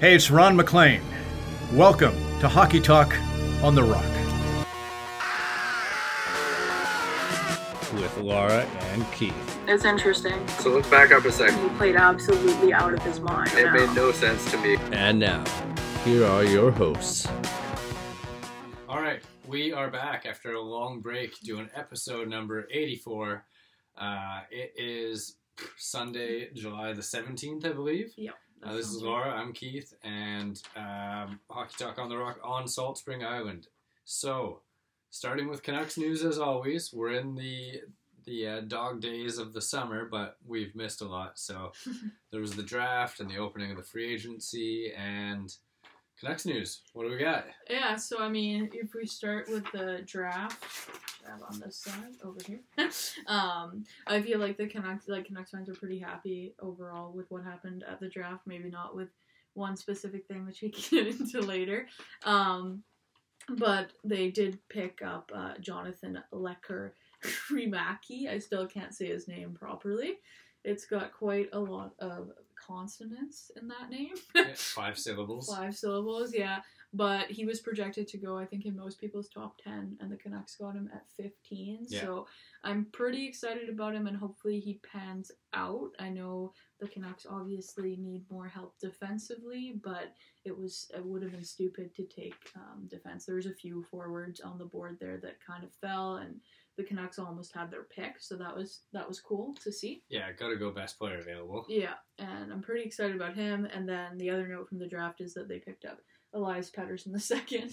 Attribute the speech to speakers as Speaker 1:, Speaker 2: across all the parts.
Speaker 1: Hey, it's Ron McLean. Welcome to Hockey Talk on the Rock.
Speaker 2: with Laura and Keith.
Speaker 3: It's interesting.
Speaker 4: So let's back up a second.
Speaker 3: He played absolutely out of his mind.
Speaker 4: It
Speaker 3: now.
Speaker 4: made no sense to me.
Speaker 2: And now, here are your hosts.
Speaker 5: All right, we are back after a long break doing episode number 84. Uh, it is Sunday, July the 17th, I believe.
Speaker 3: Yep,
Speaker 5: Uh, this is Laura, I'm Keith, and um, Hockey Talk on the Rock on Salt Spring Island. So, starting with Canucks news as always, we're in the the uh, dog days of the summer, but we've missed a lot. So, there was the draft and the opening of the free agency and Canucks news. What do we got?
Speaker 6: Yeah, so I mean, if we start with the draft, grab on this side over here. um, I feel like the Canucks, like Canucks fans, are pretty happy overall with what happened at the draft. Maybe not with one specific thing, which we can get into later. Um, but they did pick up uh, Jonathan Lecker Kremaki. I still can't say his name properly. It's got quite a lot of consonants in that name.
Speaker 5: Yeah, five syllables.
Speaker 6: Five syllables, yeah. But he was projected to go, I think, in most people's top 10, and the Canucks got him at 15.
Speaker 5: Yeah.
Speaker 6: So I'm pretty excited about him, and hopefully he pans out. I know the Canucks obviously need more help defensively, but it was it would have been stupid to take um, defense. There was a few forwards on the board there that kind of fell, and the Canucks almost had their pick, so that was that was cool to see.
Speaker 5: Yeah, gotta go best player available.
Speaker 6: Yeah, and I'm pretty excited about him. And then the other note from the draft is that they picked up Elias Pettersson II,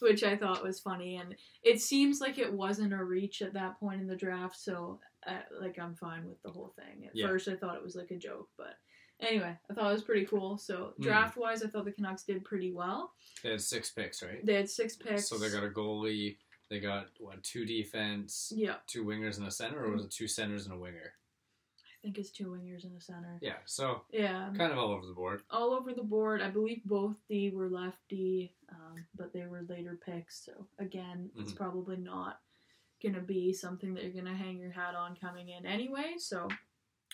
Speaker 6: which I thought was funny. And it seems like it wasn't a reach at that point in the draft, so uh, like I'm fine with the whole thing. At
Speaker 5: Yeah.
Speaker 6: first, I thought it was like a joke, but anyway, I thought it was pretty cool. So
Speaker 5: Hmm.
Speaker 6: draft wise, I thought the Canucks did pretty well.
Speaker 5: They had six picks, right?
Speaker 6: They had six picks.
Speaker 5: So they got a goalie. They got what two defense,
Speaker 6: yeah, I
Speaker 5: two wingers and a center, or was it two centers and a winger?
Speaker 6: think it's two wingers in the center.
Speaker 5: Yeah, so
Speaker 6: Yeah,
Speaker 5: kind of all over the board.
Speaker 6: all over the board. I believe both D were lefty, um, but they were later picks. So again, it's
Speaker 5: Mhm.
Speaker 6: probably not gonna be something that you're gonna hang your hat on coming in anyway. So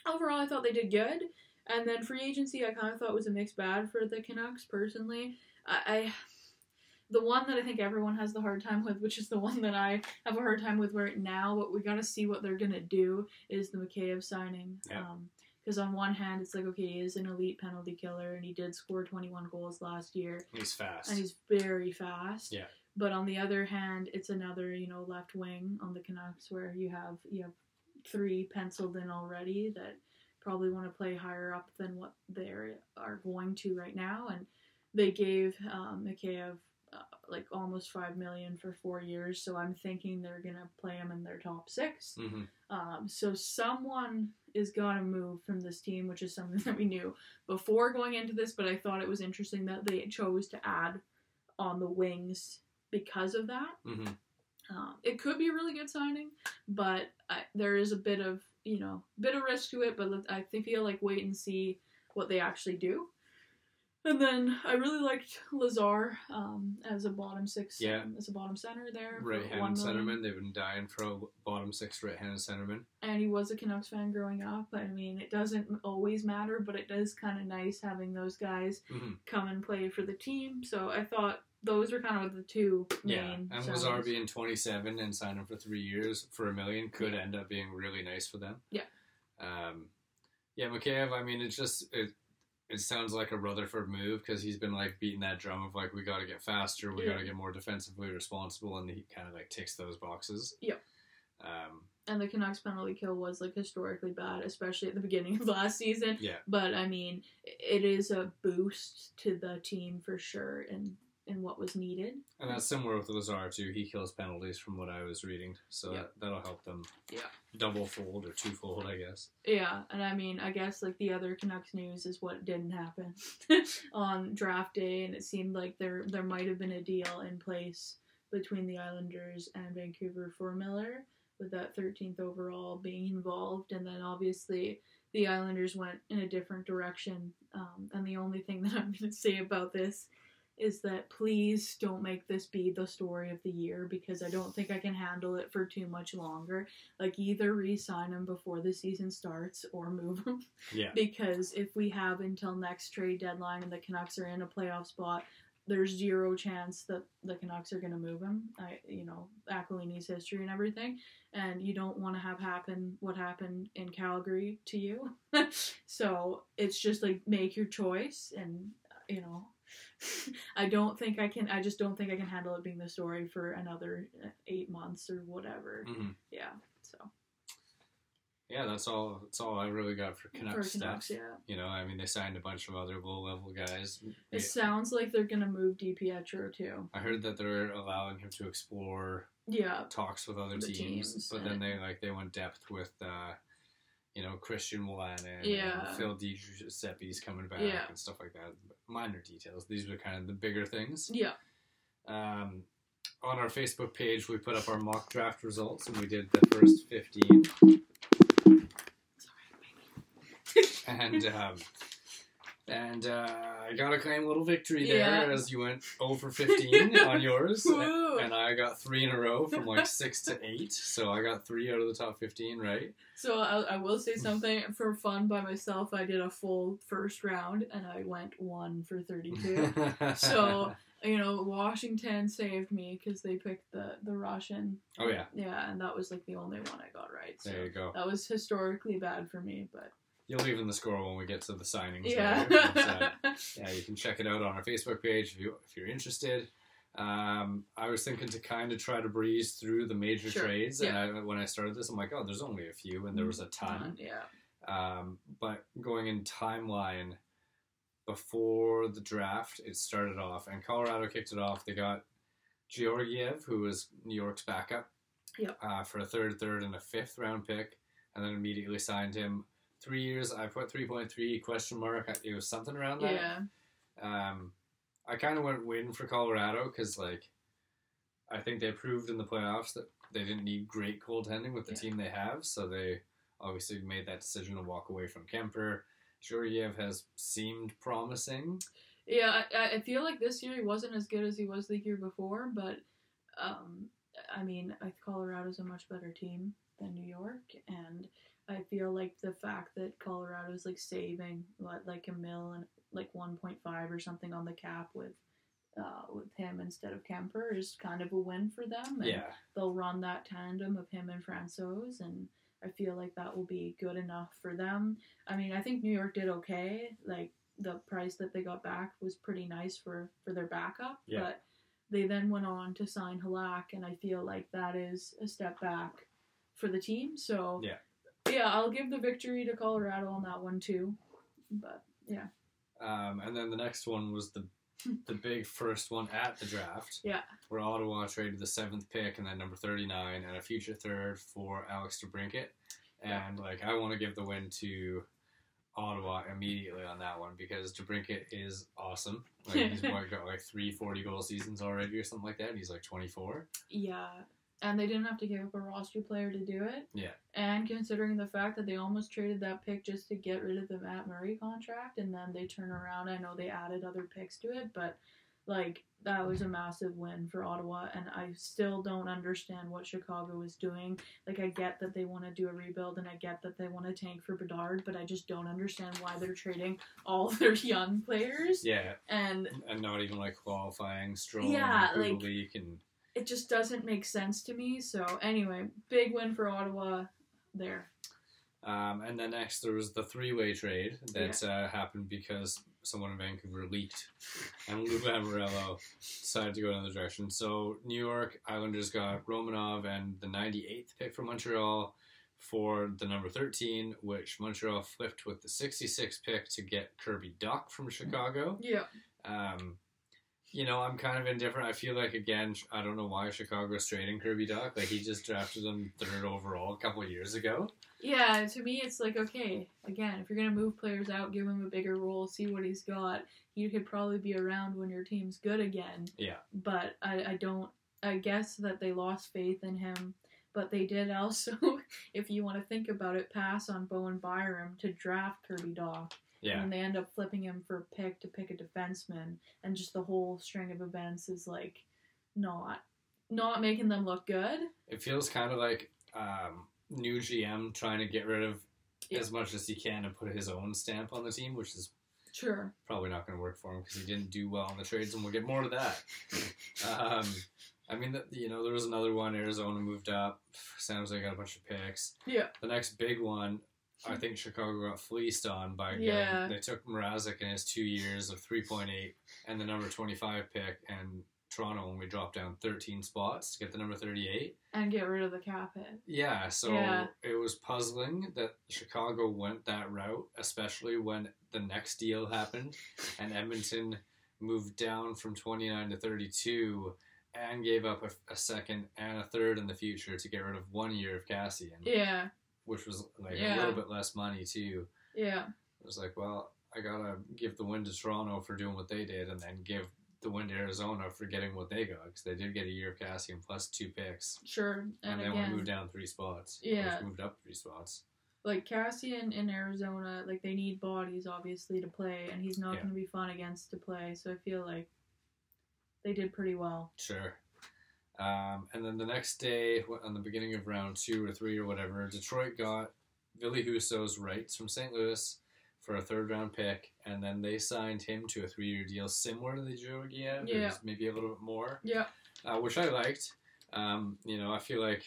Speaker 6: overall, I thought they did good. And then free agency, I kind of thought was a mixed bag for the Canucks personally. I, I the one that I think everyone has the hard time with, which is the one that I have a hard time with right now. But we gotta see what they're gonna do. Is the Mikheyev signing?
Speaker 5: Yeah.
Speaker 6: Um, because on one hand, it's like okay, he is an elite penalty killer, and he did score 21 goals last year,
Speaker 5: He's fast.
Speaker 6: and he's very fast.
Speaker 5: Yeah.
Speaker 6: But on the other hand, it's another you know left wing on the Canucks where you have you have three penciled in already that probably want to play higher up than what they are going to right now, and they gave um, Mikheyev uh, like almost five million for four years, so I'm thinking they're gonna play him in their top six.
Speaker 5: hmm
Speaker 6: Um, so someone is going to move from this team, which is something that we knew before going into this, but I thought it was interesting that they chose to add on the wings because of that.
Speaker 5: hmm
Speaker 6: Um, it could be a really good signing, but I, there is a bit of you know bit of risk to it. But let- I th- feel like wait and see what they actually do. And then I really liked Lazar um, as a bottom six,
Speaker 5: Yeah.
Speaker 6: as a bottom center there, for
Speaker 5: Right handed
Speaker 6: one million
Speaker 5: centerman. They've been dying for a bottom six right handed centerman.
Speaker 6: and he was a Canucks fan growing up. I mean, it doesn't always matter, but it does kind of nice having those guys
Speaker 5: Mhm.
Speaker 6: come and play for the team. So I thought those were kind of the two
Speaker 5: Yeah,
Speaker 6: main.
Speaker 5: and
Speaker 6: signings.
Speaker 5: Lazar being 27 and signing for three years for a million could end up being really nice for them.
Speaker 6: Yeah.
Speaker 5: Um, yeah, Mikheyev, I mean, it's just, it, it sounds like a Rutherford move because he's been like beating that drum of like, we got to get faster, we
Speaker 6: Yeah.
Speaker 5: got to get more defensively responsible, and he kind of like ticks those boxes.
Speaker 6: Yeah.
Speaker 5: Um,
Speaker 6: and the Canucks penalty kill was like historically bad, especially at the beginning of last season.
Speaker 5: yeah.
Speaker 6: But I mean, it is a boost to the team for sure, and and what was needed.
Speaker 5: And that's similar with Lazar too. He kills penalties from what I was reading, so
Speaker 6: Yeah.
Speaker 5: that, that'll help them
Speaker 6: Yeah.
Speaker 5: double fold or two fold, I guess.
Speaker 6: Yeah, and I mean, I guess like the other Canucks news is what didn't happen on draft day, and it seemed like there there might have been a deal in place between the Islanders and Vancouver for Miller, with that 13th overall being involved, and then obviously the Islanders went in a different direction. Um, and the only thing that I'm going to say about this is that please don't make this be the story of the year because I don't think I can handle it for too much longer. Like either re-sign him before the season starts or move him
Speaker 5: Yeah.
Speaker 6: because if we have until next trade deadline and the Canucks are in a playoff spot, there's zero chance that the Canucks are going to move him. I, you know, Aquilini's history and everything, and you don't want to have happen what happened in Calgary to you. so it's just like make your choice, and uh, you know, I don't think I can. I just don't think I can handle it being the story for another uh, eight months or whatever.
Speaker 5: hmm
Speaker 6: Yeah. So
Speaker 5: Yeah, that's all. That's all I really got for Canucks
Speaker 6: for Canucks,
Speaker 5: stuff.
Speaker 6: yeah.
Speaker 5: You know, I mean, they signed a bunch of other low level guys.
Speaker 6: It sounds like they're gonna move DiPietro too.
Speaker 5: I heard that they're allowing him to explore
Speaker 6: Yeah,
Speaker 5: talks with other
Speaker 6: The
Speaker 5: teams,
Speaker 6: teams,
Speaker 5: but then they like they went depth with, uh, you know, Christian Wolanin,
Speaker 6: Yeah.
Speaker 5: and uh, Phil DiGiuseppe's coming back,
Speaker 6: Yeah.
Speaker 5: and stuff like that. Minor details. These were kind of the bigger things.
Speaker 6: yeah,
Speaker 5: Um, on our Facebook page, we put up our mock draft results, and we did the first fifteen. and um, and uh, I got a claim little victory there
Speaker 6: Yeah.
Speaker 5: as you went over 15 on yours, and,
Speaker 6: Woo.
Speaker 5: and I got three in a row from like six to eight. So I got three out of the top 15, right?
Speaker 6: So I, I will say something for fun by myself. I did a full first round and I went one for thirty-two. So- you know, Washington saved me because they picked the the Russian.
Speaker 5: oh yeah,
Speaker 6: Yeah, and that was like the only one I got right. So
Speaker 5: there you go.
Speaker 6: that was historically bad for me, but
Speaker 5: You'll even the score when we get to the signings.
Speaker 6: yeah.
Speaker 5: there. But, uh, yeah, you can check it out on our Facebook page if you if you're interested. Um, I was thinking to kind of try to breeze through the major
Speaker 6: Sure,
Speaker 5: trades, and I, when I started this, I'm like, oh, there's only a few, and there was a ton.
Speaker 6: Yeah.
Speaker 5: Um, but going in timeline, before the draft, it started off, and Colorado kicked it off. They got Georgiev, who was New York's backup,
Speaker 6: Yep.
Speaker 5: uh, for a third, third, and a fifth round pick, and then immediately signed him. Three years, I put 3.3 question mark. I- It was something around that.
Speaker 6: Yeah.
Speaker 5: Um, I kind of went win for Colorado because, like, I think they proved in the playoffs that they didn't need great goaltending with the
Speaker 6: Yeah.
Speaker 5: team they have. So they obviously made that decision to walk away from Kemper. Juriev has seemed promising.
Speaker 6: Yeah, I- I, I feel like this year he wasn't as good as he was the year before, but um, I mean, I Colorado's a much better team than New York, and I feel like the fact that Colorado's like saving what like a mill and like 1.5 or something on the cap with uh, with him instead of Kemper is kind of a win for them. and
Speaker 5: Yeah.
Speaker 6: they'll run that tandem of him and Franco's, and I feel like that will be good enough for them. I mean, I think New York did okay. Like the price that they got back was pretty nice for for their backup,
Speaker 5: Yeah.
Speaker 6: but they then went on to sign Halak, and I feel like that is a step back for the team. So
Speaker 5: Yeah.
Speaker 6: yeah, I'll give the victory to Colorado on that one too. But
Speaker 5: Um, and then the next one was the the big first one at the draft.
Speaker 6: Yeah.
Speaker 5: Where Ottawa traded the seventh pick and then number thirty nine and a future third for Alex DeBrinket. And like I want to give the win to Ottawa immediately on that one because DeBrinket is awesome. Like he's what, got like three 40 goal seasons already or something like that. and He's like twenty four.
Speaker 6: yeah. And they didn't have to give up a roster player to do it.
Speaker 5: Yeah.
Speaker 6: And considering the fact that they almost traded that pick just to get rid of the Matt Murray contract, and then they turn around, I know they added other picks to it, but like that was a massive win for Ottawa. And I still don't understand what Chicago is doing. Like, I get that they want to do a rebuild and I get that they want to tank for Bedard, but I just don't understand why they're trading all of their young players.
Speaker 5: Yeah.
Speaker 6: And
Speaker 5: And not even like qualifying Stroll
Speaker 6: Yeah,
Speaker 5: and
Speaker 6: like-
Speaker 5: Kubelik and
Speaker 6: it just doesn't make sense to me. So, anyway, big win for Ottawa there.
Speaker 5: Um, and then next there was the three-way trade that uh, happened because someone in Vancouver leaked, and Lou Lamorello decided to go another direction. So New York Islanders got Romanov and the 98th pick from Montreal for the number 13, which Montreal flipped with the 66th pick to get Kirby Dock from Chicago.
Speaker 6: Yeah.
Speaker 5: Um, you know, I'm kind of indifferent. I feel like again, I don't know why Chicago's trading Kirby Dock. Like he just drafted him third overall a couple of years ago.
Speaker 6: Yeah, to me, it's like, okay, again, if you're going to move players out, give him a bigger role, see what he's got. You could probably be around when your team's good again.
Speaker 5: Yeah.
Speaker 6: But I, I don't, I guess that they lost faith in him, but they did also if you want to think about it, pass on Bowen Byram to draft Kirby Daw.
Speaker 5: Yeah.
Speaker 6: And they end up flipping him for a pick to pick a defenseman, and just the whole string of events is like not not making them look good.
Speaker 5: It feels kind of like um, new GM trying to get rid of
Speaker 6: Yeah.
Speaker 5: as much as he can and put his own stamp on the team, which is
Speaker 6: Sure.
Speaker 5: probably not going to work for him because he didn't do well in the trades, and we'll get more to that. um, I mean, that you know, there was another one. Arizona moved up. San Jose got a bunch of picks.
Speaker 6: Yeah.
Speaker 5: The next big one, I think Chicago got fleeced on by. Again.
Speaker 6: Yeah.
Speaker 5: They took Mrazek in his two years of three point eight and the number twenty five pick, and Toronto only dropped down thirteen spots to get the number thirty eight.
Speaker 6: And get rid of the cap hit.
Speaker 5: Yeah, so
Speaker 6: Yeah.
Speaker 5: it was puzzling that Chicago went that route, especially when the next deal happened and Edmonton moved down from 29 to 32 and gave up a, a second and a third in the future to get rid of one year of Cassian,
Speaker 6: Yeah.
Speaker 5: which was like a
Speaker 6: Yeah.
Speaker 5: little bit less money, too.
Speaker 6: Yeah.
Speaker 5: It was like, well, I gotta give the win to Toronto for doing what they did and then give the win to Arizona for getting what they got because they did get a year of Cassian plus two picks
Speaker 6: Sure.
Speaker 5: and,
Speaker 6: And,
Speaker 5: they want to
Speaker 6: again,
Speaker 5: move down three spots.
Speaker 6: Yeah.
Speaker 5: They've moved up three spots.
Speaker 6: like Cassian in Arizona, like they need bodies obviously to play, and he's not
Speaker 5: Yeah.
Speaker 6: going to be fun against to play. So I feel like they did pretty well.
Speaker 5: Sure. Um, and then the next day, wh- on the beginning of round two or three or whatever, Detroit got Billy Huso's rights from St. Louis for a third round pick, and then they signed him to a three year deal similar to the Georgiev, or
Speaker 6: Yeah.
Speaker 5: just maybe a little bit more.
Speaker 6: Yeah.
Speaker 5: uh, which I liked. Um, you know, I feel like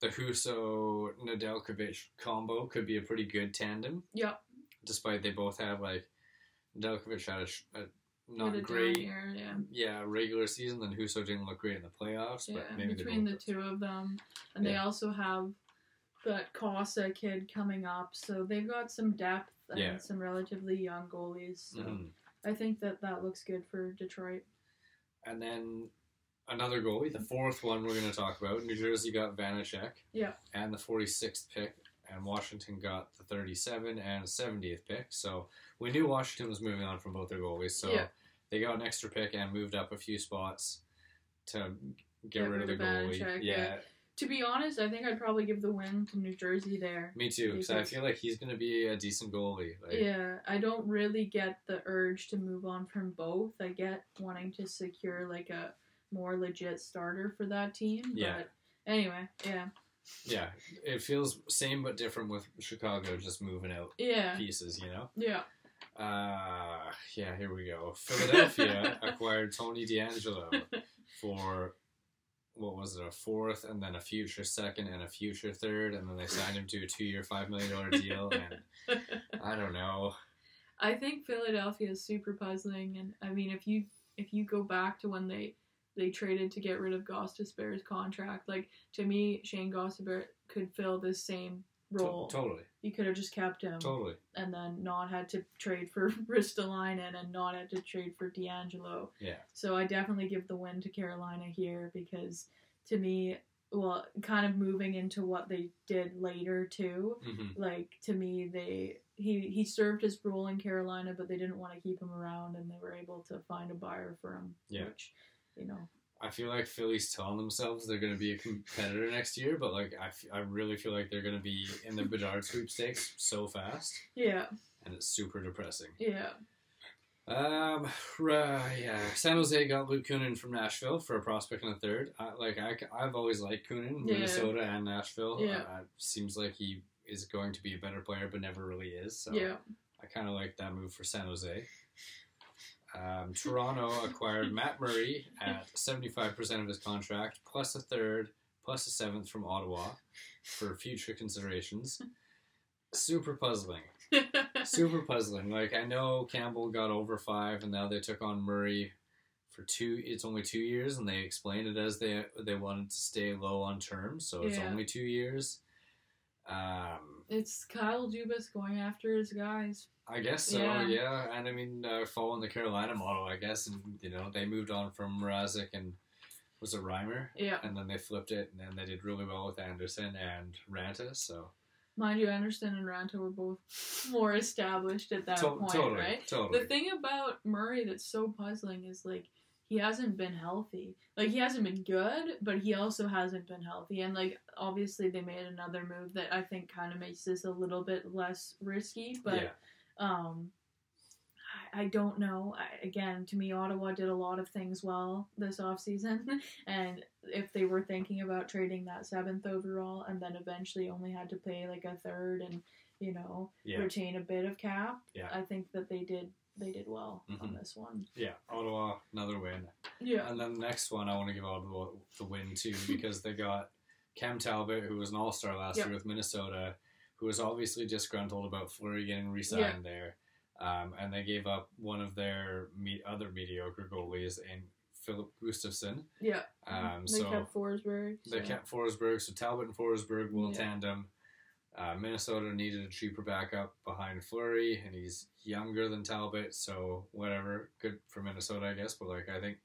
Speaker 5: the Huso Nedeljkovic combo could be a pretty good tandem.
Speaker 6: Yeah.
Speaker 5: Despite they both have like Nedeljkovic had a, sh- a
Speaker 6: With a
Speaker 5: not
Speaker 6: down
Speaker 5: great
Speaker 6: year, yeah.
Speaker 5: yeah regular season, then Huso didn't look great in the playoffs. but
Speaker 6: Yeah,
Speaker 5: maybe
Speaker 6: between
Speaker 5: they
Speaker 6: the
Speaker 5: both
Speaker 6: two of them, and they
Speaker 5: Yeah.
Speaker 6: also have that Casa kid coming up, so they've got some depth and
Speaker 5: Yeah.
Speaker 6: some relatively young goalies. So
Speaker 5: Mhm.
Speaker 6: I think that that looks good for Detroit.
Speaker 5: And then another goalie, the fourth one we're going to talk about. New Jersey got Vanacek.
Speaker 6: Yeah.
Speaker 5: And the 46th pick. And Washington got the 37 and 70th pick. So we knew Washington was moving on from both their goalies. So
Speaker 6: Yeah.
Speaker 5: they got an extra pick and moved up a few spots to get,
Speaker 6: Get
Speaker 5: rid,
Speaker 6: rid
Speaker 5: of the
Speaker 6: of
Speaker 5: goalie.
Speaker 6: Vanacek,
Speaker 5: yeah,
Speaker 6: yeah. To be honest, I think I'd probably give the win to New Jersey there.
Speaker 5: me too. Because I
Speaker 6: Because-
Speaker 5: feel like he's going to be a decent goalie. Like,
Speaker 6: Yeah, I don't really get the urge to move on from both. I get wanting to secure like a more legit starter for that team. But
Speaker 5: Yeah.
Speaker 6: anyway, yeah.
Speaker 5: yeah, it feels same but different with Chicago just moving out
Speaker 6: Yeah.
Speaker 5: pieces, you know?
Speaker 6: Yeah.
Speaker 5: Uh, yeah, here we go. Philadelphia acquired Tony D'Angelo for what was it, a fourth and then a future second and a future third, and then they signed him to a two year, $5 million deal. And I don't know.
Speaker 6: I think Philadelphia is super puzzling and I mean if you if you go back to when they they traded to get rid of Gostas Bear's contract, like to me Shane Gossibert could fill this same
Speaker 5: To-
Speaker 6: role.
Speaker 5: totally,
Speaker 6: you could have just kept him.
Speaker 5: totally.
Speaker 6: and then not had to trade for Ristolainen and not had to trade for D'Angelo.
Speaker 5: Yeah.
Speaker 6: So I definitely give the win to Carolina here because to me, well, kind of moving into what they did later too.
Speaker 5: hmm
Speaker 6: Like to me, they he he served his role in Carolina, but they didn't want to keep him around, and they were able to find a buyer for him.
Speaker 5: Yeah.
Speaker 6: Which, you know,
Speaker 5: I feel like Philly's telling themselves they're going to be a competitor next year, but like I, f- I really feel like they're going to be in the Bedard sweepstakes so fast,
Speaker 6: yeah,
Speaker 5: and it's super depressing.
Speaker 6: yeah,
Speaker 5: Um, right, yeah. San Jose got Luke Coonan from Nashville for a prospect and a third. I, like I, have always liked Coonan,
Speaker 6: Yeah.
Speaker 5: Minnesota and Nashville.
Speaker 6: Yeah.
Speaker 5: Uh, seems like he is going to be a better player, but never really is. So
Speaker 6: yeah.
Speaker 5: I kind of like that move for San Jose. Um, Toronto acquired Matt Murray at seventy-five percent of his contract, plus a third, plus a seventh from Ottawa for future considerations. Super puzzling super puzzling. Like I know Campbell got over five, and now they took on Murray for two. It's only two years, and they explained it as they they wanted to stay low on terms, so it's
Speaker 6: Yeah.
Speaker 5: only two years. Um,
Speaker 6: it's Kyle Dubas going after his guys.
Speaker 5: I guess so.
Speaker 6: Yeah.
Speaker 5: Yeah, and I mean uh, following the Carolina model, I guess, and you know they moved on from Mrazek and was it Reimer,
Speaker 6: Yeah.
Speaker 5: and then they flipped it, and then they did really well with Anderson and Ranta. So
Speaker 6: Mind you, Anderson and Ranta were both more established at that
Speaker 5: To-
Speaker 6: point,
Speaker 5: totally,
Speaker 6: right?
Speaker 5: totally.
Speaker 6: The thing about Murray that's so puzzling is like he hasn't been healthy. Like he hasn't been good, but he also hasn't been healthy. And like obviously they made another move that I think kind of makes this a little bit less risky, but
Speaker 5: yeah.
Speaker 6: um, I, I don't know. I, again, to me, Ottawa did a lot of things well this offseason. And if they were thinking about trading that seventh overall and then eventually only had to pay like a third and, you know,
Speaker 5: Yeah.
Speaker 6: retain a bit of cap,
Speaker 5: Yeah.
Speaker 6: I think that they did. They did well on
Speaker 5: Mhm.
Speaker 6: this one.
Speaker 5: Yeah, Ottawa, another win.
Speaker 6: Yeah.
Speaker 5: And then the next one, I want to give Ottawa the win too because they got Cam Talbot, who was an all star last
Speaker 6: Yep.
Speaker 5: year with Minnesota, who was obviously disgruntled about Fleury getting re signed there. Um, and they gave up one of their me- other mediocre goalies in Philip Gustafson.
Speaker 6: Yeah.
Speaker 5: Um,
Speaker 6: Mm-hmm. they
Speaker 5: so
Speaker 6: kept Forsberg.
Speaker 5: they
Speaker 6: so-
Speaker 5: kept Forsberg, so Talbot and Forsberg will
Speaker 6: Yeah.
Speaker 5: tandem. Uh, Minnesota needed a cheaper backup behind Flurry, and he's younger than Talbot, so whatever. Good for Minnesota, I guess. But like, I think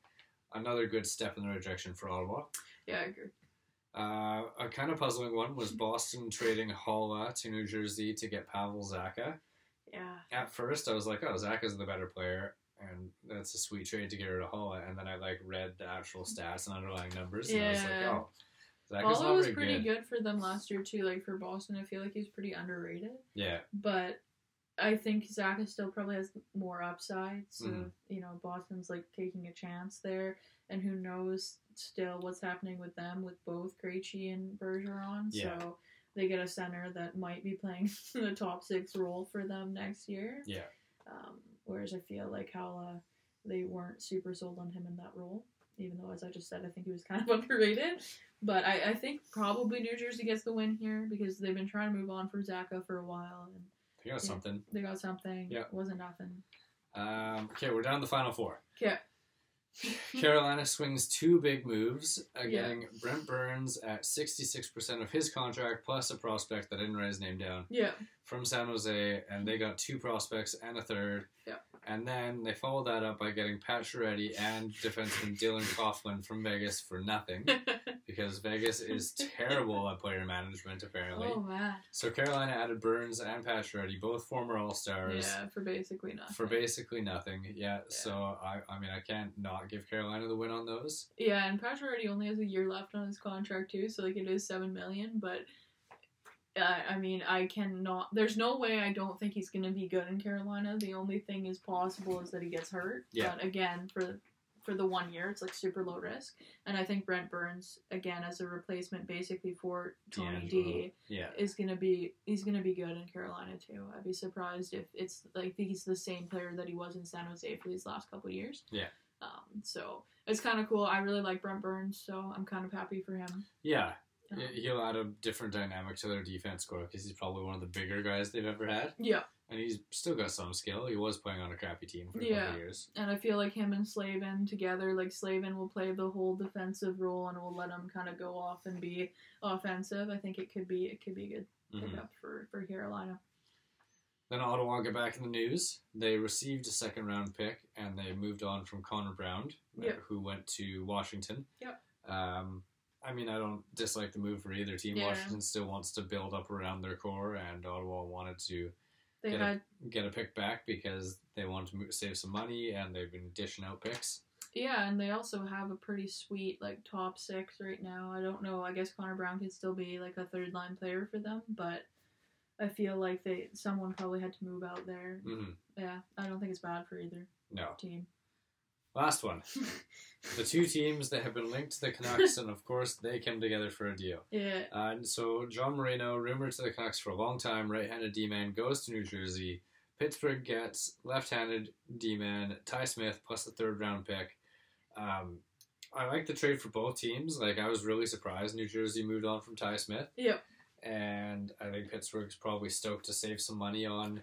Speaker 5: another good step in the right direction for Ottawa.
Speaker 6: Yeah, I agree.
Speaker 5: Uh, a kind of puzzling one was Boston trading Halla to New Jersey to get Pavel Zaka.
Speaker 6: Yeah.
Speaker 5: At first, I was like, "Oh, Zaka's the better player." And that's a sweet trade to get rid of Halla. And then I like read the actual stats and underlying numbers, and I was like,
Speaker 6: Yeah.
Speaker 5: "Oh, Zaka's
Speaker 6: Paula
Speaker 5: not
Speaker 6: was
Speaker 5: very
Speaker 6: pretty
Speaker 5: good."
Speaker 6: good. for them last year too. Like for Boston, I feel like he's pretty underrated.
Speaker 5: Yeah,
Speaker 6: But I think Zach is still probably has more upside. So
Speaker 5: Mhm.
Speaker 6: you know, Boston's like taking a chance there, and who knows still what's happening with them with both Krejci and Bergeron.
Speaker 5: Yeah.
Speaker 6: So they get a center that might be playing the top six role for them next year.
Speaker 5: yeah.
Speaker 6: Um, whereas I feel like Howla, they weren't super sold on him in that role, even though, as I just said, I think he was kind of underrated. But I, I think probably New Jersey gets the win here because they've been trying to move on for Zaka for a while and
Speaker 5: You got
Speaker 6: Yeah.
Speaker 5: something.
Speaker 6: they got something.
Speaker 5: Yeah.
Speaker 6: It wasn't nothing.
Speaker 5: Um, okay, we're down to the final four.
Speaker 6: Okay.
Speaker 5: Carolina swings two big moves, uh,
Speaker 6: Hmm. Yeah.
Speaker 5: getting Brent Burns at 66% of his contract, plus a prospect that I didn't write his name down
Speaker 6: Yeah.
Speaker 5: from San Jose, and they got two prospects and a third.
Speaker 6: Yeah.
Speaker 5: And then they follow that up by getting Pat Chiretti and defenseman Dylan Coughlin from Vegas for nothing, because Vegas is terrible at player management, apparently.
Speaker 6: oh, man.
Speaker 5: So Carolina added Burns and Pat Chiretti, both former All Stars
Speaker 6: Yeah, for basically nothing.
Speaker 5: for basically nothing. Yeah, So I, I mean, I can't not give Carolina the win on those.
Speaker 6: Yeah, and Patrick already only has a year left on his contract too, so like it is seven million. But uh, I mean, I cannot. There's no way. I don't think he's gonna be good in Carolina. The only thing is possible is that he gets hurt.
Speaker 5: Yeah.
Speaker 6: But again, for for the one year, it's like super low risk. And I think Brent Burns again as a replacement, basically for Tony D,
Speaker 5: uh, Yeah.
Speaker 6: is gonna be he's gonna be good in Carolina too. I'd be surprised if it's like he's the same player that he was in San Jose for these last couple of years.
Speaker 5: Yeah.
Speaker 6: Um, so it's kind of cool. I really like Brent Burns, so I'm kind of happy for him.
Speaker 5: Yeah.
Speaker 6: Um,
Speaker 5: He- He'll add a different dynamic to their defense core because he's probably one of the bigger guys they've ever had.
Speaker 6: yeah,
Speaker 5: And he's still got some skill. He was playing on a crappy team for a couple
Speaker 6: Yeah.
Speaker 5: of years.
Speaker 6: and I feel like him and Slavin together, like Slavin will play the whole defensive role, and we'll let him kind of go off and be offensive. I think it could be it could be a good
Speaker 5: Mhm.
Speaker 6: pickup for for Carolina.
Speaker 5: Then Ottawa get back in the news. They received a second round pick and they moved on from Connor Brown, uh,
Speaker 6: Yep.
Speaker 5: who went to Washington.
Speaker 6: Yep.
Speaker 5: Um, I mean, I don't dislike the move for either team.
Speaker 6: Yeah.
Speaker 5: Washington still wants to build up around their core, and Ottawa wanted to
Speaker 6: They
Speaker 5: Get him.
Speaker 6: had
Speaker 5: get a pick back because they want to mo- save some money and they've been dishing out picks.
Speaker 6: yeah, and they also have a pretty sweet like top six right now. I don't know. I guess Connor Brown could still be like a third line player for them, but I feel like they someone probably had to move out there.
Speaker 5: hmm
Speaker 6: Yeah, I don't think it's bad for either
Speaker 5: No.
Speaker 6: team.
Speaker 5: Last one. The two teams that have been linked to the Canucks, and of course, they came together for a deal.
Speaker 6: Yeah.
Speaker 5: Uh, and so John Marino, rumored to the Canucks for a long time, right-handed D-man, goes to New Jersey. Pittsburgh gets left-handed D-man Ty Smith plus a third-round pick. Um, I like the trade for both teams. Like I was really surprised New Jersey moved on from Ty Smith.
Speaker 6: Yep.
Speaker 5: And I think Pittsburgh's probably stoked to save some money on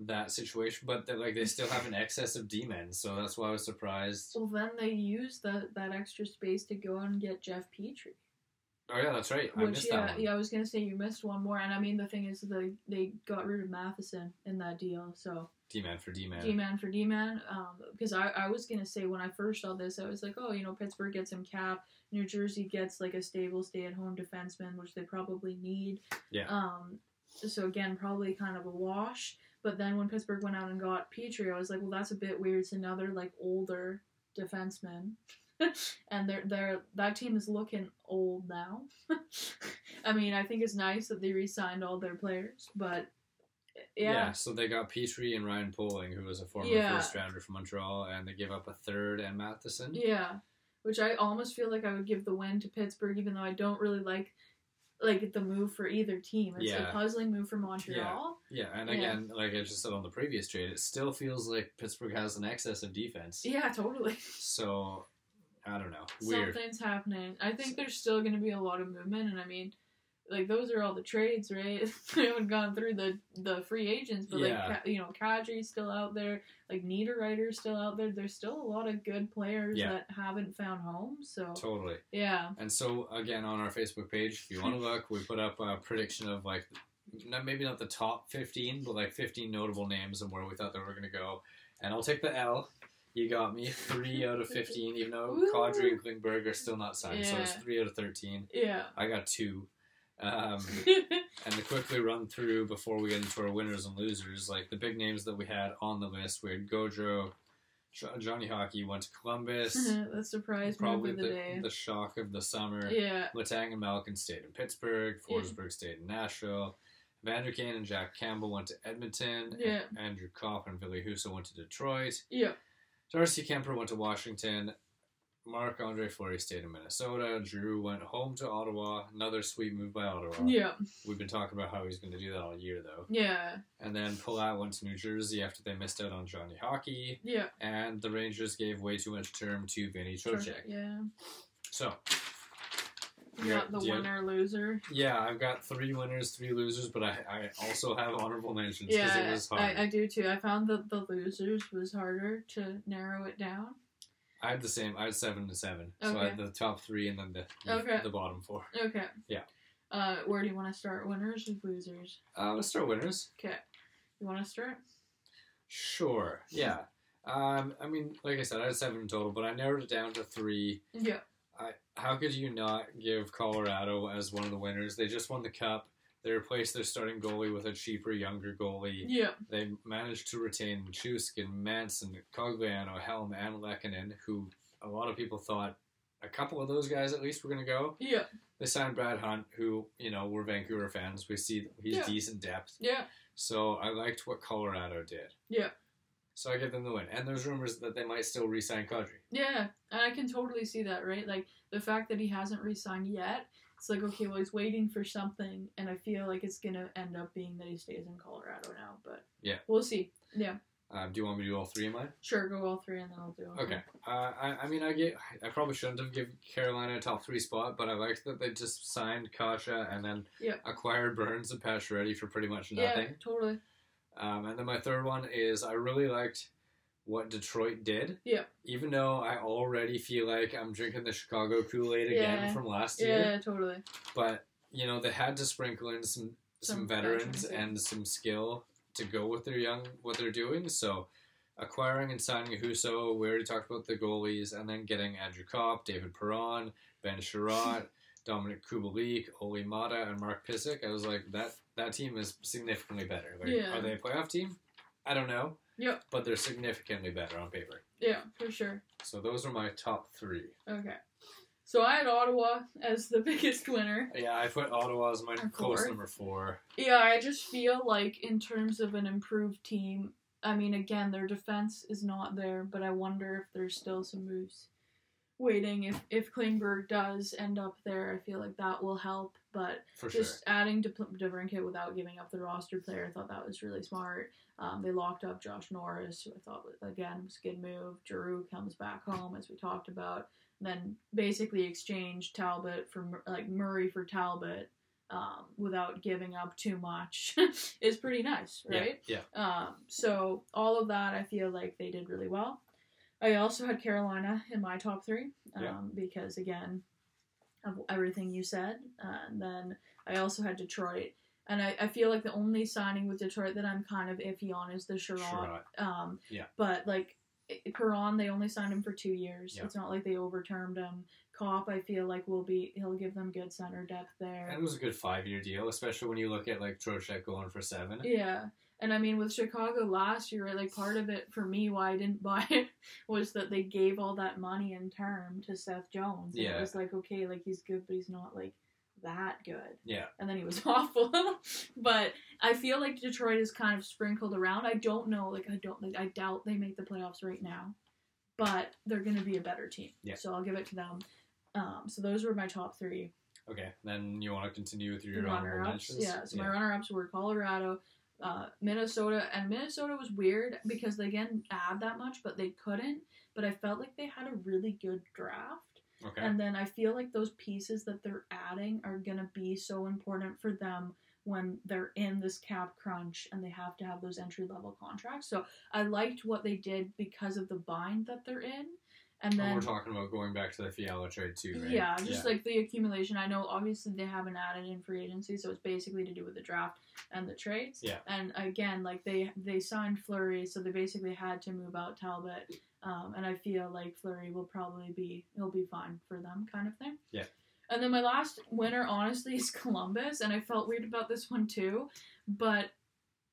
Speaker 5: that situation, but they like they still have an excess of D-men, so that's why I was surprised.
Speaker 6: Well, then they used that that extra space to go and get Jeff Petrie.
Speaker 5: Oh yeah, that's right. I
Speaker 6: Which,
Speaker 5: missed
Speaker 6: yeah,
Speaker 5: that one.
Speaker 6: yeah, I was gonna say you missed one more, and I mean the thing is they they got rid of Matheson in that deal, so
Speaker 5: D-man for D-man.
Speaker 6: D man for D man. Um, because I I was gonna say when I first saw this, I was like, oh, you know, Pittsburgh gets him cap, New Jersey gets like a stable stay at home defenseman, which they probably need.
Speaker 5: Yeah.
Speaker 6: Um, so again, probably kind of a wash. But then when Pittsburgh went out and got Petrie, I was like, well, that's a bit weird. It's another like older defensemen, and they're they're that team is looking old now. I mean, I think it's nice that they re-signed all their players, but yeah,
Speaker 5: So they got Petrie and Ryan Poling, who was a former
Speaker 6: Yeah.
Speaker 5: first rounder from Montreal, and they give up a third and Matheson.
Speaker 6: yeah, Which I almost feel like I would give the win to Pittsburgh, even though I don't really like like the move for either team. It's
Speaker 5: Yeah.
Speaker 6: a puzzling move for Montreal.
Speaker 5: Yeah, and
Speaker 6: Yeah.
Speaker 5: again, like I just said on the previous trade, it still feels like Pittsburgh has an excess of defense.
Speaker 6: Yeah, totally.
Speaker 5: So I don't know. Weird.
Speaker 6: Something's happening. I think there's still going to be a lot of movement, and I mean, like those are all the trades, right? we haven't gone through the the free agents, but
Speaker 5: Yeah.
Speaker 6: like Ka- you know, Kadri's still out there, like Niederreiter's still out there. There's still a lot of good players
Speaker 5: Yeah.
Speaker 6: that haven't found homes. So
Speaker 5: Totally.
Speaker 6: yeah,
Speaker 5: And so again, on our Facebook page, if you
Speaker 6: Hmm.
Speaker 5: want to look, we put up a prediction of like, not, maybe not the top fifteen, but like fifteen notable names and where we thought they were gonna go. And I'll take the L. You got me three out of fifteen, even though
Speaker 6: Woo.
Speaker 5: Kadri and Klingberg are still not signed, so it's
Speaker 6: Yeah.
Speaker 5: three out of thirteen.
Speaker 6: yeah.
Speaker 5: I got two. Um, and to quickly run through before we get into our winners and losers, like the big names that we had on the list, we had Gojo, Jo- Johnny Hockey went to Columbus,
Speaker 6: that surprise move
Speaker 5: probably
Speaker 6: of the, day.
Speaker 5: the, the shock of the summer.
Speaker 6: yeah,
Speaker 5: Letang and Malkin stayed in Pittsburgh. Forsberg stayed in Nashville. Vander Kane and Jack Campbell went to Edmonton. and
Speaker 6: Yeah.
Speaker 5: Andrew Kopp and Billy Huso went to Detroit.
Speaker 6: yeah,
Speaker 5: Darcy Kemper went to Washington. Mark Andre Fleury stayed in Minnesota. Drew went home to Ottawa. Another sweet move by Ottawa.
Speaker 6: yeah,
Speaker 5: We've been talking about how he's going to do that all year, though.
Speaker 6: yeah,
Speaker 5: And then Palat went to New Jersey after they missed out on Johnny Hockey.
Speaker 6: yeah.
Speaker 5: And the Rangers gave way too much term to Vinny
Speaker 6: Sure,
Speaker 5: Trocek.
Speaker 6: Yeah,
Speaker 5: So,
Speaker 6: you
Speaker 5: Yeah,
Speaker 6: got the
Speaker 5: yeah.
Speaker 6: winner loser.
Speaker 5: Yeah, I've got three winners, three losers, but I, I also have honorable mentions because it
Speaker 6: Yeah,
Speaker 5: was hard.
Speaker 6: I,
Speaker 5: I,
Speaker 6: I do too. I found that the losers was harder to narrow it down.
Speaker 5: had the same. I had seven to seven, so I had the top three and then the the-
Speaker 6: Okay.
Speaker 5: the bottom four.
Speaker 6: Okay.
Speaker 5: Yeah.
Speaker 6: Uh, where do you want to start? Winners or losers?
Speaker 5: Uh, let's start winners.
Speaker 6: Okay. You want to start?
Speaker 5: Sure. Yeah. Um, I mean, like I said, I had seven in total, but I narrowed it down to three.
Speaker 6: Yeah.
Speaker 5: I, how could you not give Colorado as one of the winners? They just won the cup. They replaced their starting goalie with a cheaper, younger goalie.
Speaker 6: Yeah.
Speaker 5: They managed to retain Chuskin, Manson, Cogliano, Helm, and Lekkonen, who a lot of people thought a couple of those guys at least were going to go.
Speaker 6: Yeah.
Speaker 5: They signed Brad Hunt, who, you know, we're Vancouver fans. We see he's
Speaker 6: Yeah.
Speaker 5: decent depth.
Speaker 6: Yeah.
Speaker 5: So I liked what Colorado did.
Speaker 6: Yeah.
Speaker 5: So I give them the win. And there's rumors that they might still re sign Kadri.
Speaker 6: Yeah. And I can totally see that, right? Like the fact that he hasn't re-signed yet. It's like okay, well he's waiting for something, and I feel like it's gonna end up being that he stays in Colorado now. But
Speaker 5: Yeah.
Speaker 6: we'll see. Yeah.
Speaker 5: Um, do you want me to do all three of mine?
Speaker 6: Sure, go all three, and then I'll do. them.
Speaker 5: Okay. Uh, I, I mean, I get, I probably shouldn't have given Carolina a top three spot, but I liked that they just signed Kasha and then
Speaker 6: Yeah.
Speaker 5: acquired Burns and Pacioretty for pretty much
Speaker 6: Yeah.
Speaker 5: nothing.
Speaker 6: Totally.
Speaker 5: Um, and then my third one is I really liked what Detroit did.
Speaker 6: Yeah.
Speaker 5: Even though I already feel like I'm drinking the Chicago Kool Aid again
Speaker 6: Yeah.
Speaker 5: from last year,
Speaker 6: Yeah. Totally.
Speaker 5: but you know they had to sprinkle in some some,
Speaker 6: Some
Speaker 5: veterans
Speaker 6: veterans, yeah.
Speaker 5: and some skill to go with their young what they're doing. So acquiring and signing Huso, we already talked about the goalies, and then getting Andrew Kopp, David Perron, Ben Sherratt, Dominic Kubalik, Ole Mata, and Mark Pisick. I was like that that team is significantly better. Like,
Speaker 6: Yeah.
Speaker 5: Are they a playoff team? I don't know.
Speaker 6: Yep.
Speaker 5: But they're significantly better on paper.
Speaker 6: Yeah. For sure.
Speaker 5: So those are my top three.
Speaker 6: Okay. So I had Ottawa as the biggest winner.
Speaker 5: Yeah, I put Ottawa as my
Speaker 6: Our
Speaker 5: close
Speaker 6: fourth.
Speaker 5: number four.
Speaker 6: Yeah, I just feel like in terms of an improved team, I mean, again, their defense is not there, but I wonder if there's still some moves waiting. If if Klingberg does end up there, I feel like that will help. But
Speaker 5: For sure.
Speaker 6: just adding to Debrinket without giving up the roster player, I thought that was really smart. Um, they locked up Josh Norris, who I thought was, again was a good move. Giroux comes back home as we talked about. Then basically exchanged Talbot for Mur- like Murray for Talbot um, without giving up too much is pretty nice, right?
Speaker 5: Yeah. yeah.
Speaker 6: Um, so all of that, I feel like they did really well. I also had Carolina in my top three um,
Speaker 5: Yeah.
Speaker 6: because again of everything you said, uh, and then I also had Detroit. And I, I feel like the only signing with Detroit that I'm kind of iffy on is the Sherrod.
Speaker 5: Sherratt.
Speaker 6: Um,
Speaker 5: Yeah.
Speaker 6: But like i- Perron, they only signed him for two years.
Speaker 5: Yeah.
Speaker 6: It's not like they overtermed him. Cop, I feel like will be he'll give them good center depth there.
Speaker 5: And it was a good five year deal, especially when you look at like Trocheck going for seven.
Speaker 6: Yeah. And I mean, with Chicago last year, like part of it for me why I didn't buy it was that they gave all that money in term to Seth Jones. And
Speaker 5: Yeah.
Speaker 6: It was like, okay, like he's good, but he's not like that good.
Speaker 5: Yeah.
Speaker 6: And then he was awful. but I feel like Detroit is kind of sprinkled around. I don't know. Like I don't. Like I doubt they make the playoffs right now, but they're going to be a better team.
Speaker 5: Yeah.
Speaker 6: So I'll give it to them. Um, so those were my top three
Speaker 5: Okay, then you want to continue with your
Speaker 6: runner
Speaker 5: honorable
Speaker 6: ups.
Speaker 5: mentions?
Speaker 6: Yeah, so my runner ups were Colorado, uh, Minnesota, and Minnesota was weird because they didn't add that much, but they couldn't. But I felt like they had a really good draft.
Speaker 5: Okay.
Speaker 6: And then I feel like those pieces that they're adding are going to be so important for them when they're in this cap crunch and they have to have those entry level contracts. So I liked what they did because of the bind that they're in. And
Speaker 5: And
Speaker 6: then
Speaker 5: we're talking about going back to the Fiala trade too, right?
Speaker 6: yeah, just like the accumulation. I know obviously they haven't added in free agency, so it's basically to do with the draft and the trades.
Speaker 5: Yeah.
Speaker 6: And again, like they they signed Flurry, so they basically had to move out Talbot. Um, and I feel like Flurry will probably be he'll be fine for them, kind of thing.
Speaker 5: Yeah.
Speaker 6: And then my last winner, honestly, is Columbus, and I felt weird about this one too, but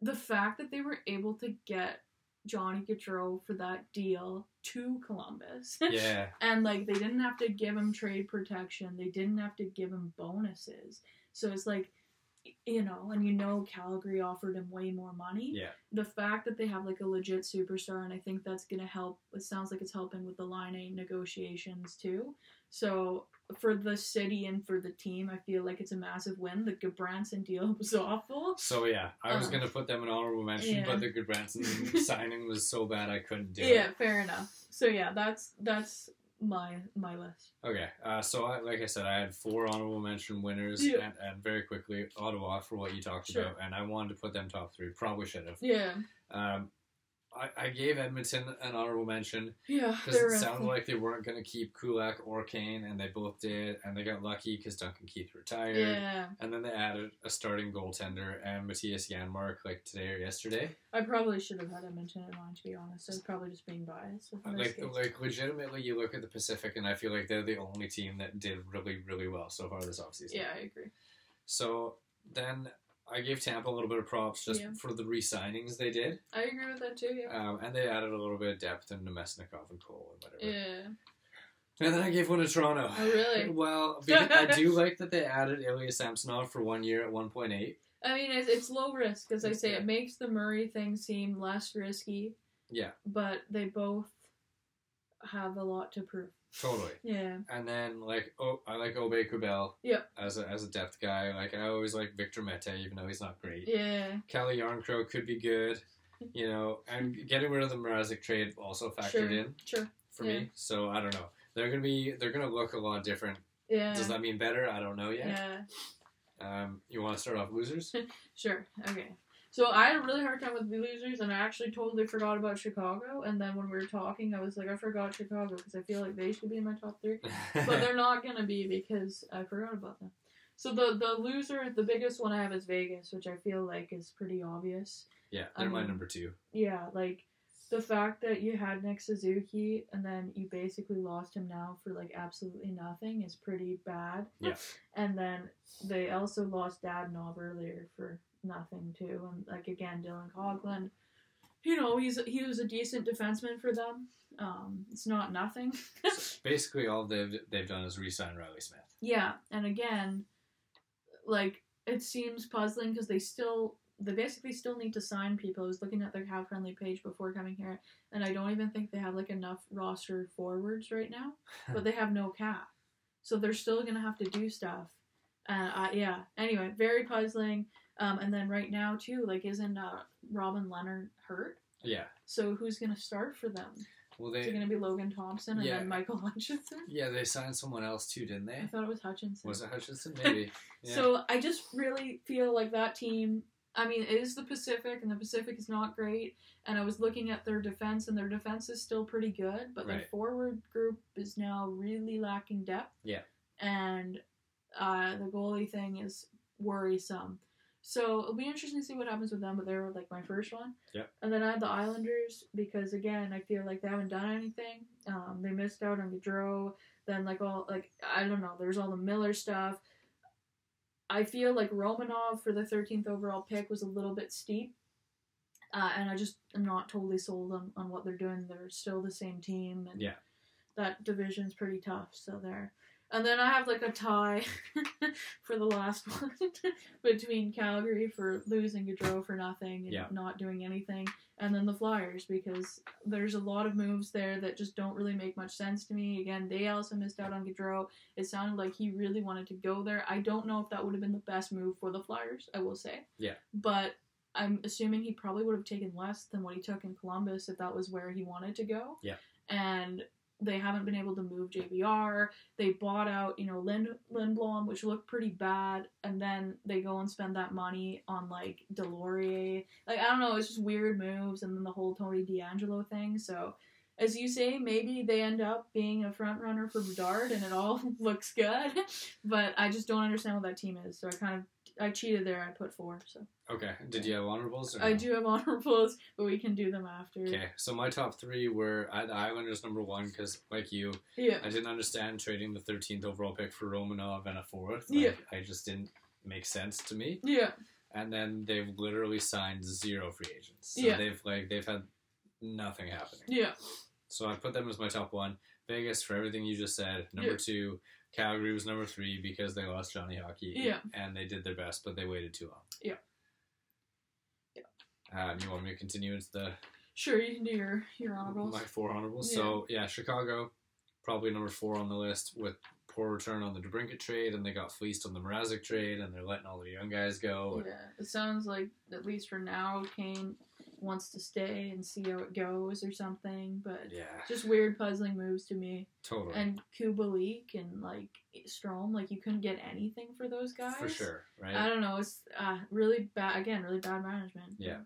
Speaker 6: the fact that they were able to get Johnny Gaudreau for that deal to Columbus.
Speaker 5: yeah,
Speaker 6: And like they didn't have to give him trade protection. They didn't have to give him bonuses. So it's like you know, and you know Calgary offered him way more money.
Speaker 5: Yeah.
Speaker 6: The fact that they have like a legit superstar and I think that's gonna help it sounds like it's helping with the line A negotiations too. So for the city and for the team, I feel like it's a massive win. The Gabranson deal was awful.
Speaker 5: So yeah, I was
Speaker 6: Um,
Speaker 5: gonna put them in honorable mention,
Speaker 6: yeah.
Speaker 5: but the Goodbranson signing was so bad I couldn't do
Speaker 6: Yeah.
Speaker 5: it.
Speaker 6: fair enough. So yeah, that's that's my my list.
Speaker 5: Okay, uh, so I, like I said, I had four honorable mention winners,
Speaker 6: Yeah.
Speaker 5: and, and very quickly Ottawa for what you talked
Speaker 6: Sure.
Speaker 5: about, and I wanted to put them top three. Probably should have.
Speaker 6: Yeah.
Speaker 5: Um, I, I gave Edmonton an honorable mention
Speaker 6: Yeah.
Speaker 5: because
Speaker 6: they're
Speaker 5: it
Speaker 6: a-
Speaker 5: sounded like they weren't going to keep Kulak or Kane, and they both did, and they got lucky because Duncan Keith retired,
Speaker 6: Yeah.
Speaker 5: and then they added a starting goaltender and Matthias Janmark like today or yesterday.
Speaker 6: I probably should have had Edmonton in mind, to be honest. I was probably just being biased. With this
Speaker 5: Like,
Speaker 6: case.
Speaker 5: like legitimately, you look at the Pacific, and I feel like they're the only team that did really, really well so far this offseason.
Speaker 6: yeah, I agree.
Speaker 5: So then I gave Tampa a little bit of props just
Speaker 6: Yeah.
Speaker 5: for the re-signings they did,
Speaker 6: I agree with that too. Yeah.
Speaker 5: um, and they added a little bit of depth in Nemesnikov and Cole and whatever.
Speaker 6: yeah.
Speaker 5: And then I gave one to Toronto.
Speaker 6: Oh, really?
Speaker 5: well, because I do like that they added Ilya Samsonov for one year at 1.8.
Speaker 6: I mean, it's, it's low risk, as I say.
Speaker 5: Yeah.
Speaker 6: It makes the Murray thing seem less risky,
Speaker 5: Yeah,
Speaker 6: but they both have a lot to prove.
Speaker 5: totally.
Speaker 6: Yeah.
Speaker 5: And then like oh, I like Obey Kubel.
Speaker 6: Yep.
Speaker 5: As a as a depth guy, like I always like Victor Mete, even though he's not great.
Speaker 6: Yeah.
Speaker 5: Kelly Yarncrow could be good, you know, and getting rid of the Mrazek trade also factored
Speaker 6: Sure.
Speaker 5: in
Speaker 6: Sure.
Speaker 5: for
Speaker 6: Yeah.
Speaker 5: me. So I don't know. They're gonna be they're gonna look a lot different.
Speaker 6: Yeah.
Speaker 5: Does that mean better? I don't know yet.
Speaker 6: yeah.
Speaker 5: Um, you want to start off losers?
Speaker 6: Sure. Okay. So I had a really hard time with the losers, and I actually totally forgot about Chicago. And then when we were talking, I was like, I forgot Chicago because I feel like they should be in my top three. but they're not gonna be because I forgot about them. So the the loser, the biggest one I have is Vegas, which I feel like is pretty obvious.
Speaker 5: yeah, they're my
Speaker 6: um,
Speaker 5: number two.
Speaker 6: Yeah, like the fact that you had Nick Suzuki and then you basically lost him now for like absolutely nothing is pretty bad.
Speaker 5: Yeah.
Speaker 6: And then they also lost Dad Knob earlier for nothing too, and like again Dylan Coughlin. You know, he's he was a decent defenseman for them. Um, it's not nothing.
Speaker 5: Basically, all they've they've done is re-sign Riley Smith.
Speaker 6: Yeah, and again, like it seems puzzling because they still they basically still need to sign people. I was looking at their how friendly page before coming here, and I don't even think they have like enough roster forwards right now. but they have no cap, so they're still gonna have to do stuff. And uh, yeah, anyway, very puzzling. Um, and then right now too, like isn't uh, Robin Leonard hurt?
Speaker 5: Yeah.
Speaker 6: So who's gonna start for them?
Speaker 5: Well,
Speaker 6: Is it
Speaker 5: they
Speaker 6: gonna be Logan Thompson and
Speaker 5: Yeah.
Speaker 6: then Michael Hutchinson?
Speaker 5: yeah they signed someone else too, didn't
Speaker 6: I
Speaker 5: they?
Speaker 6: thought it was Hutchinson.
Speaker 5: Was it Hutchinson? Maybe. Yeah.
Speaker 6: So I just really feel like that team. I mean, it is the Pacific, and the Pacific is not great. And I was looking at their defense, and their defense is still pretty good, but their
Speaker 5: Right.
Speaker 6: forward group is now really lacking depth.
Speaker 5: Yeah.
Speaker 6: And uh, the goalie thing is worrisome. So it'll be interesting to see what happens with them, but they were like my first one.
Speaker 5: Yep.
Speaker 6: And then I had the Islanders because again, I feel like they haven't done anything. Um, they missed out on Gaudreau. Then like all like I don't know. There's all the Miller stuff. I feel like Romanov for the 13th overall pick was a little bit steep. Uh, and I just am not totally sold on, on what they're doing. They're still the same team, and
Speaker 5: Yeah.
Speaker 6: that division's pretty tough. So there. And then I have like a tie for the last one between Calgary for losing Gaudreau for nothing and
Speaker 5: Yeah.
Speaker 6: not doing anything, and then the Flyers because there's a lot of moves there that just don't really make much sense to me. Again, they also missed out on Gaudreau. It sounded like he really wanted to go there. I don't know if that would have been the best move for the Flyers. I will say.
Speaker 5: Yeah.
Speaker 6: But I'm assuming he probably would have taken less than what he took in Columbus if that was where he wanted to go.
Speaker 5: Yeah.
Speaker 6: And they haven't been able to move JVR. They bought out, you know, Lind Lindblom, which looked pretty bad, and then they go and spend that money on like Delorier. Like I don't know, it's just weird moves, and then the whole Tony D'Angelo thing. So, as you say, maybe they end up being a front runner for Bedard, and it all looks good. but I just don't understand what that team is. So I kind of I cheated there. I put four. So.
Speaker 5: Okay. Did you have honorables? Or
Speaker 6: I
Speaker 5: no?
Speaker 6: do have honorables, but we can do them after.
Speaker 5: Okay. So my top three were I had the Islanders number one because, like you,
Speaker 6: Yeah.
Speaker 5: I didn't understand trading the 13th overall pick for Romanov and a fourth.
Speaker 6: Yeah.
Speaker 5: I just didn't make sense to me.
Speaker 6: Yeah.
Speaker 5: And then they've literally signed zero free agents. So
Speaker 6: Yeah.
Speaker 5: they've like they've had nothing happening.
Speaker 6: Yeah.
Speaker 5: So I put them as my top one. Vegas for everything you just said. Number
Speaker 6: Yeah.
Speaker 5: two, Calgary was number three because they lost Johnny Hockey.
Speaker 6: Yeah.
Speaker 5: And they did their best, but they waited too long.
Speaker 6: Yeah.
Speaker 5: Um, you want me to continue into the
Speaker 6: Sure, you can do your, your honorables.
Speaker 5: my four honorables? So yeah, Chicago, probably number four on the list with poor return on the DeBrinket trade, and they got fleeced on the Mrazek trade, and they're letting all their young guys go.
Speaker 6: yeah. It sounds like, at least for now, Kane wants to stay and see how it goes or something, but
Speaker 5: Yeah,
Speaker 6: just weird puzzling moves to me.
Speaker 5: totally.
Speaker 6: And Kubalik and, like, Strom, like, you couldn't get anything for those guys.
Speaker 5: for sure, right?
Speaker 6: I don't know. It's uh, really bad, again, really bad management.
Speaker 5: Yeah.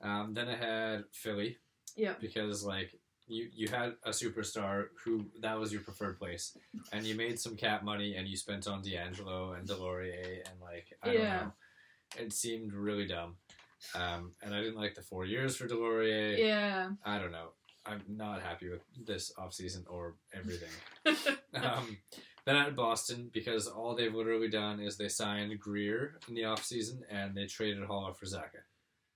Speaker 5: Um, then I had Philly.
Speaker 6: Yeah.
Speaker 5: Because like you you had a superstar who that was your preferred place, and you made some cap money and you spent on D'Angelo and Delorier and like I
Speaker 6: Yeah.
Speaker 5: don't know, it seemed really dumb. Um, and I didn't like the four years for Delorier.
Speaker 6: Yeah.
Speaker 5: I don't know. I'm not happy with this offseason or everything. um, then I had Boston because all they've literally done is they signed Greer in the offseason and they traded Holler for Zaka.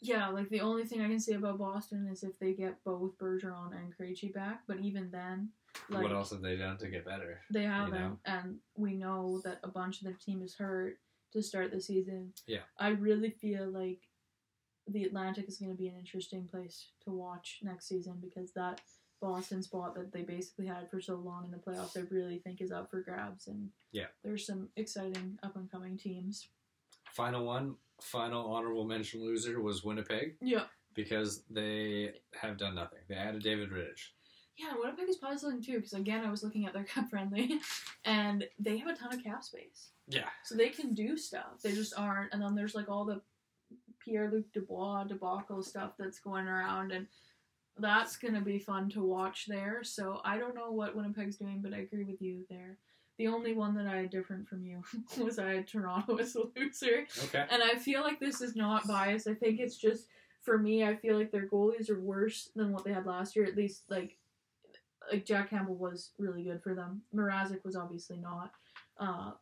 Speaker 6: Yeah, like the only thing I can say about Boston is if they get both Bergeron and Krejci back, but even then, like
Speaker 5: what else have they done to get better?
Speaker 6: they haven't,
Speaker 5: know?
Speaker 6: and we know that a bunch of their team is hurt to start the season.
Speaker 5: Yeah.
Speaker 6: I really feel like the Atlantic is going to be an interesting place to watch next season because that Boston spot that they basically had for so long in the playoffs, I really think is up for grabs, and
Speaker 5: Yeah.
Speaker 6: there's some exciting up and coming teams.
Speaker 5: Final one, final honorable mention loser was Winnipeg
Speaker 6: Yeah.
Speaker 5: because they have done nothing. They added David Riddich.
Speaker 6: Yeah, Winnipeg is puzzling too because again, I was looking at their cap friendly, and they have a ton of cap space,
Speaker 5: Yeah.
Speaker 6: so they can do stuff. They just aren't. And then there's like all the Pierre Luc Dubois debacle stuff that's going around, and that's gonna be fun to watch there. So I don't know what Winnipeg's doing, but I agree with you there. The only one that I had different from you was I had Toronto as a loser.
Speaker 5: Okay.
Speaker 6: And I feel like this is not biased. I think it's just for me. I feel like their goalies are worse than what they had last year. At least like like Jack Campbell was really good for them. Mrazek was obviously not. Uh,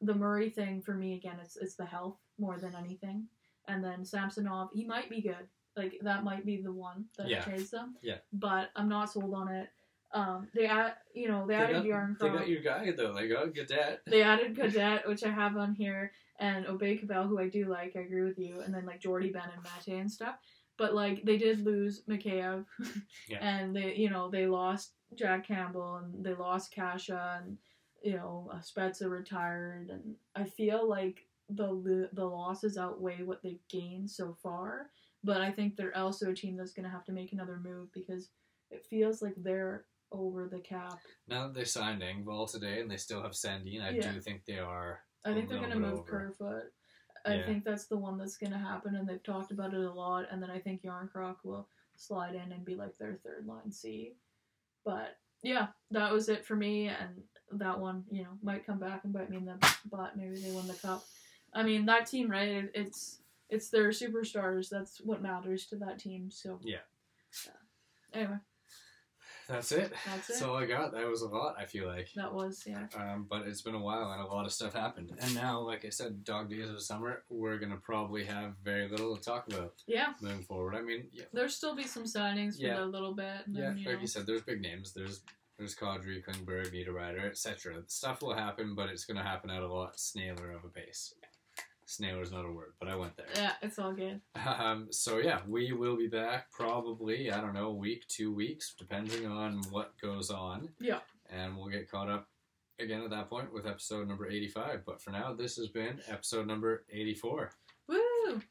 Speaker 6: the Murray thing for me again. It's it's the health more than anything. And then Samsonov, he might be good. Like that might be the one that
Speaker 5: Yeah.
Speaker 6: trades them.
Speaker 5: Yeah.
Speaker 6: But I'm not sold on it. Um, they add, you know, they, added Yarn
Speaker 5: they got your guy though. They got Gadet.
Speaker 6: they added Cadet, which I have on here, and Obey Cabell, who I do like, I agree with you, and then like Jordy Ben and Mate and stuff. But like they did lose Mikheyev,
Speaker 5: Yeah.
Speaker 6: and they you know they lost Jack Campbell and they lost Kasha and you know uh, Spezza retired, and I feel like the lo- the losses outweigh what they've gained so far. But I think they're also a team that's going to have to make another move because it feels like they're over the cap.
Speaker 5: Now that they signed Engvall today and they still have Sandine, I
Speaker 6: Yeah.
Speaker 5: do think they are.
Speaker 6: I
Speaker 5: a
Speaker 6: think they're
Speaker 5: little
Speaker 6: gonna
Speaker 5: bit
Speaker 6: move
Speaker 5: over.
Speaker 6: Kerfoot. I
Speaker 5: Yeah.
Speaker 6: think that's the one that's gonna happen, and they've talked about it a lot. And then I think Yarncroc will slide in and be like their third line C. But yeah, that was it for me, and that one, you know, might come back and bite me in the butt. Maybe they win the cup. I mean, that team, right? It, it's it's their superstars. That's what matters to that team. So
Speaker 5: Yeah.
Speaker 6: Uh, anyway,
Speaker 5: That's it.
Speaker 6: That's it.
Speaker 5: That's all I got. That was a lot, I feel like.
Speaker 6: that was yeah.
Speaker 5: Um, but it's been a while and a lot of stuff happened. And now, like I said, dog days of summer, we're going to probably have very little to talk about
Speaker 6: Yeah.
Speaker 5: moving forward. I mean, yeah,
Speaker 6: There'll still be some signings for
Speaker 5: Yeah.
Speaker 6: a little bit. And
Speaker 5: yeah
Speaker 6: then, you
Speaker 5: like
Speaker 6: know,
Speaker 5: you said, there's big names. There's there's Kadri, Klingberg, Niederreiter, etc. Stuff will happen, but it's going to happen at a lot snailer of a pace. Snailer's not a word, but I went there.
Speaker 6: Yeah, it's all good.
Speaker 5: Um, so yeah, we will be back probably, I don't know, week, two weeks, depending on what goes on.
Speaker 6: Yeah.
Speaker 5: And we'll get caught up again at that point with episode number 85. But for now, this has been episode number 84.
Speaker 6: Woo!